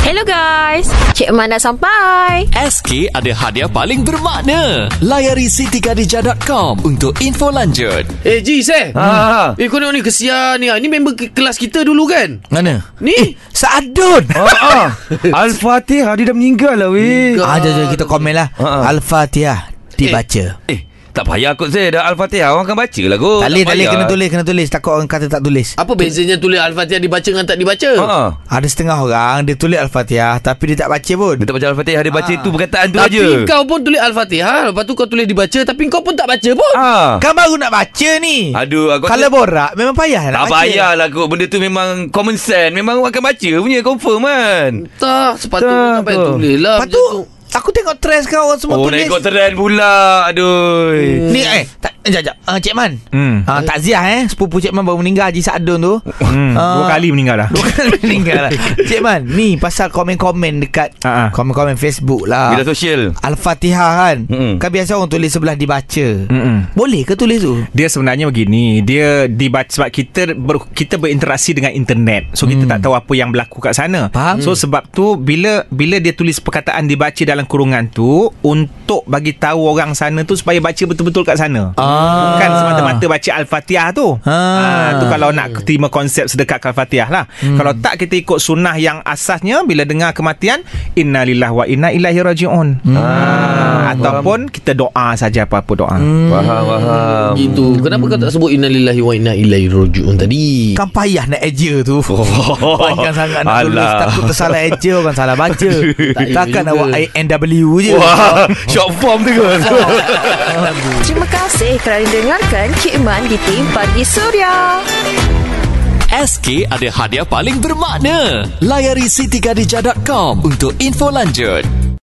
Hello guys. Cik Man dah sampai. SK ada hadiah paling bermakna. Layari sitikadijah.com untuk info lanjut. Eh Ji eh Ah, Hmm. ha. Eh kau tengok ni kesian ni Ini member ke- kelas kita dulu kan Mana? Eh, Ni Saadun. ah. Al-Fatihah dia dah meninggal lah weh. Meninggal. Ada je kita komen lah. Ha, ha. Al-Fatihah dibaca. Eh, tak payah kot saya dah Al-Fatihah orang akan baca lah kot. Tak boleh, tak boleh payah. kena tulis, kena tulis. Takut orang kata tak tulis. Apa bezanya tulis Al-Fatihah dibaca dengan tak dibaca Ha. ah. Ada setengah orang dia tulis Al-Fatihah tapi dia tak baca pun. Dia tak baca Al-Fatihah dia baca Ah. itu perkataan tu Tapi aja. kau pun tulis Al-Fatihah Lepas tu kau tulis dibaca Tapi kau pun tak baca pun Ah. Kan baru nak baca ni. Aduh, aku Kalau borak memang payah tak nak baca. payah lah kot Benda tu memang common sense Memang orang akan baca punya Confirm kan Tak Sepatutnya Tak tak payah tu. tulis lah Lepas tu aku tengok trend sekarang orang semua Oh nak tulis. ikut trend pula Aduh Ni eh tak, Sekejap sekejap uh, Cik Man Hmm. uh, Takziah eh Sepupu Cik Man baru meninggal Haji Sa'adun tu Hmm, uh, dua kali meninggal lah. Dua kali meninggal lah Cik Man Ni pasal komen-komen dekat Ha, ha. Komen-komen Facebook lah Ah, Bila sosial Al-Fatihah kan Mm-mm. Mm. Kan biasa orang tulis sebelah dibaca Mm-mm. Boleh ke tulis tu? Dia sebenarnya begini, dia dibaca sebab kita ber, kita berinteraksi dengan internet. So kita tak tahu apa yang berlaku kat sana. Hmm. Faham. So sebab tu bila bila dia tulis perkataan dibaca dalam kurungan tu untuk bagi tahu orang sana tu supaya baca betul-betul kat sana. Ah. Kan semata-mata baca Al-Fatihah tu. Ah. Ah tu kalau nak terima konsep sedekat Al-Fatihah lah. Hmm. Kalau tak kita ikut sunnah yang asasnya bila dengar kematian innalillahi wa inna ilaihi rajiun. Hmm. Ah ataupun kita doa saja apa-apa doa. Hmm. Faham faham Gitu Kenapa kau tak sebut Innalillahi wa inna ilaihi roji'un tadi Kan payah nak eja tu oh. Panjang sangat nak tulis Alah. Takut tersalah eja Orang salah baca Tak Takkan juga. awak NW je Wah Short form tu kan Terima kasih kerana dengarkan Cik Man di Tim Pagi Surya. SK ada hadiah paling bermakna. Layari sitikadijah.com untuk info lanjut.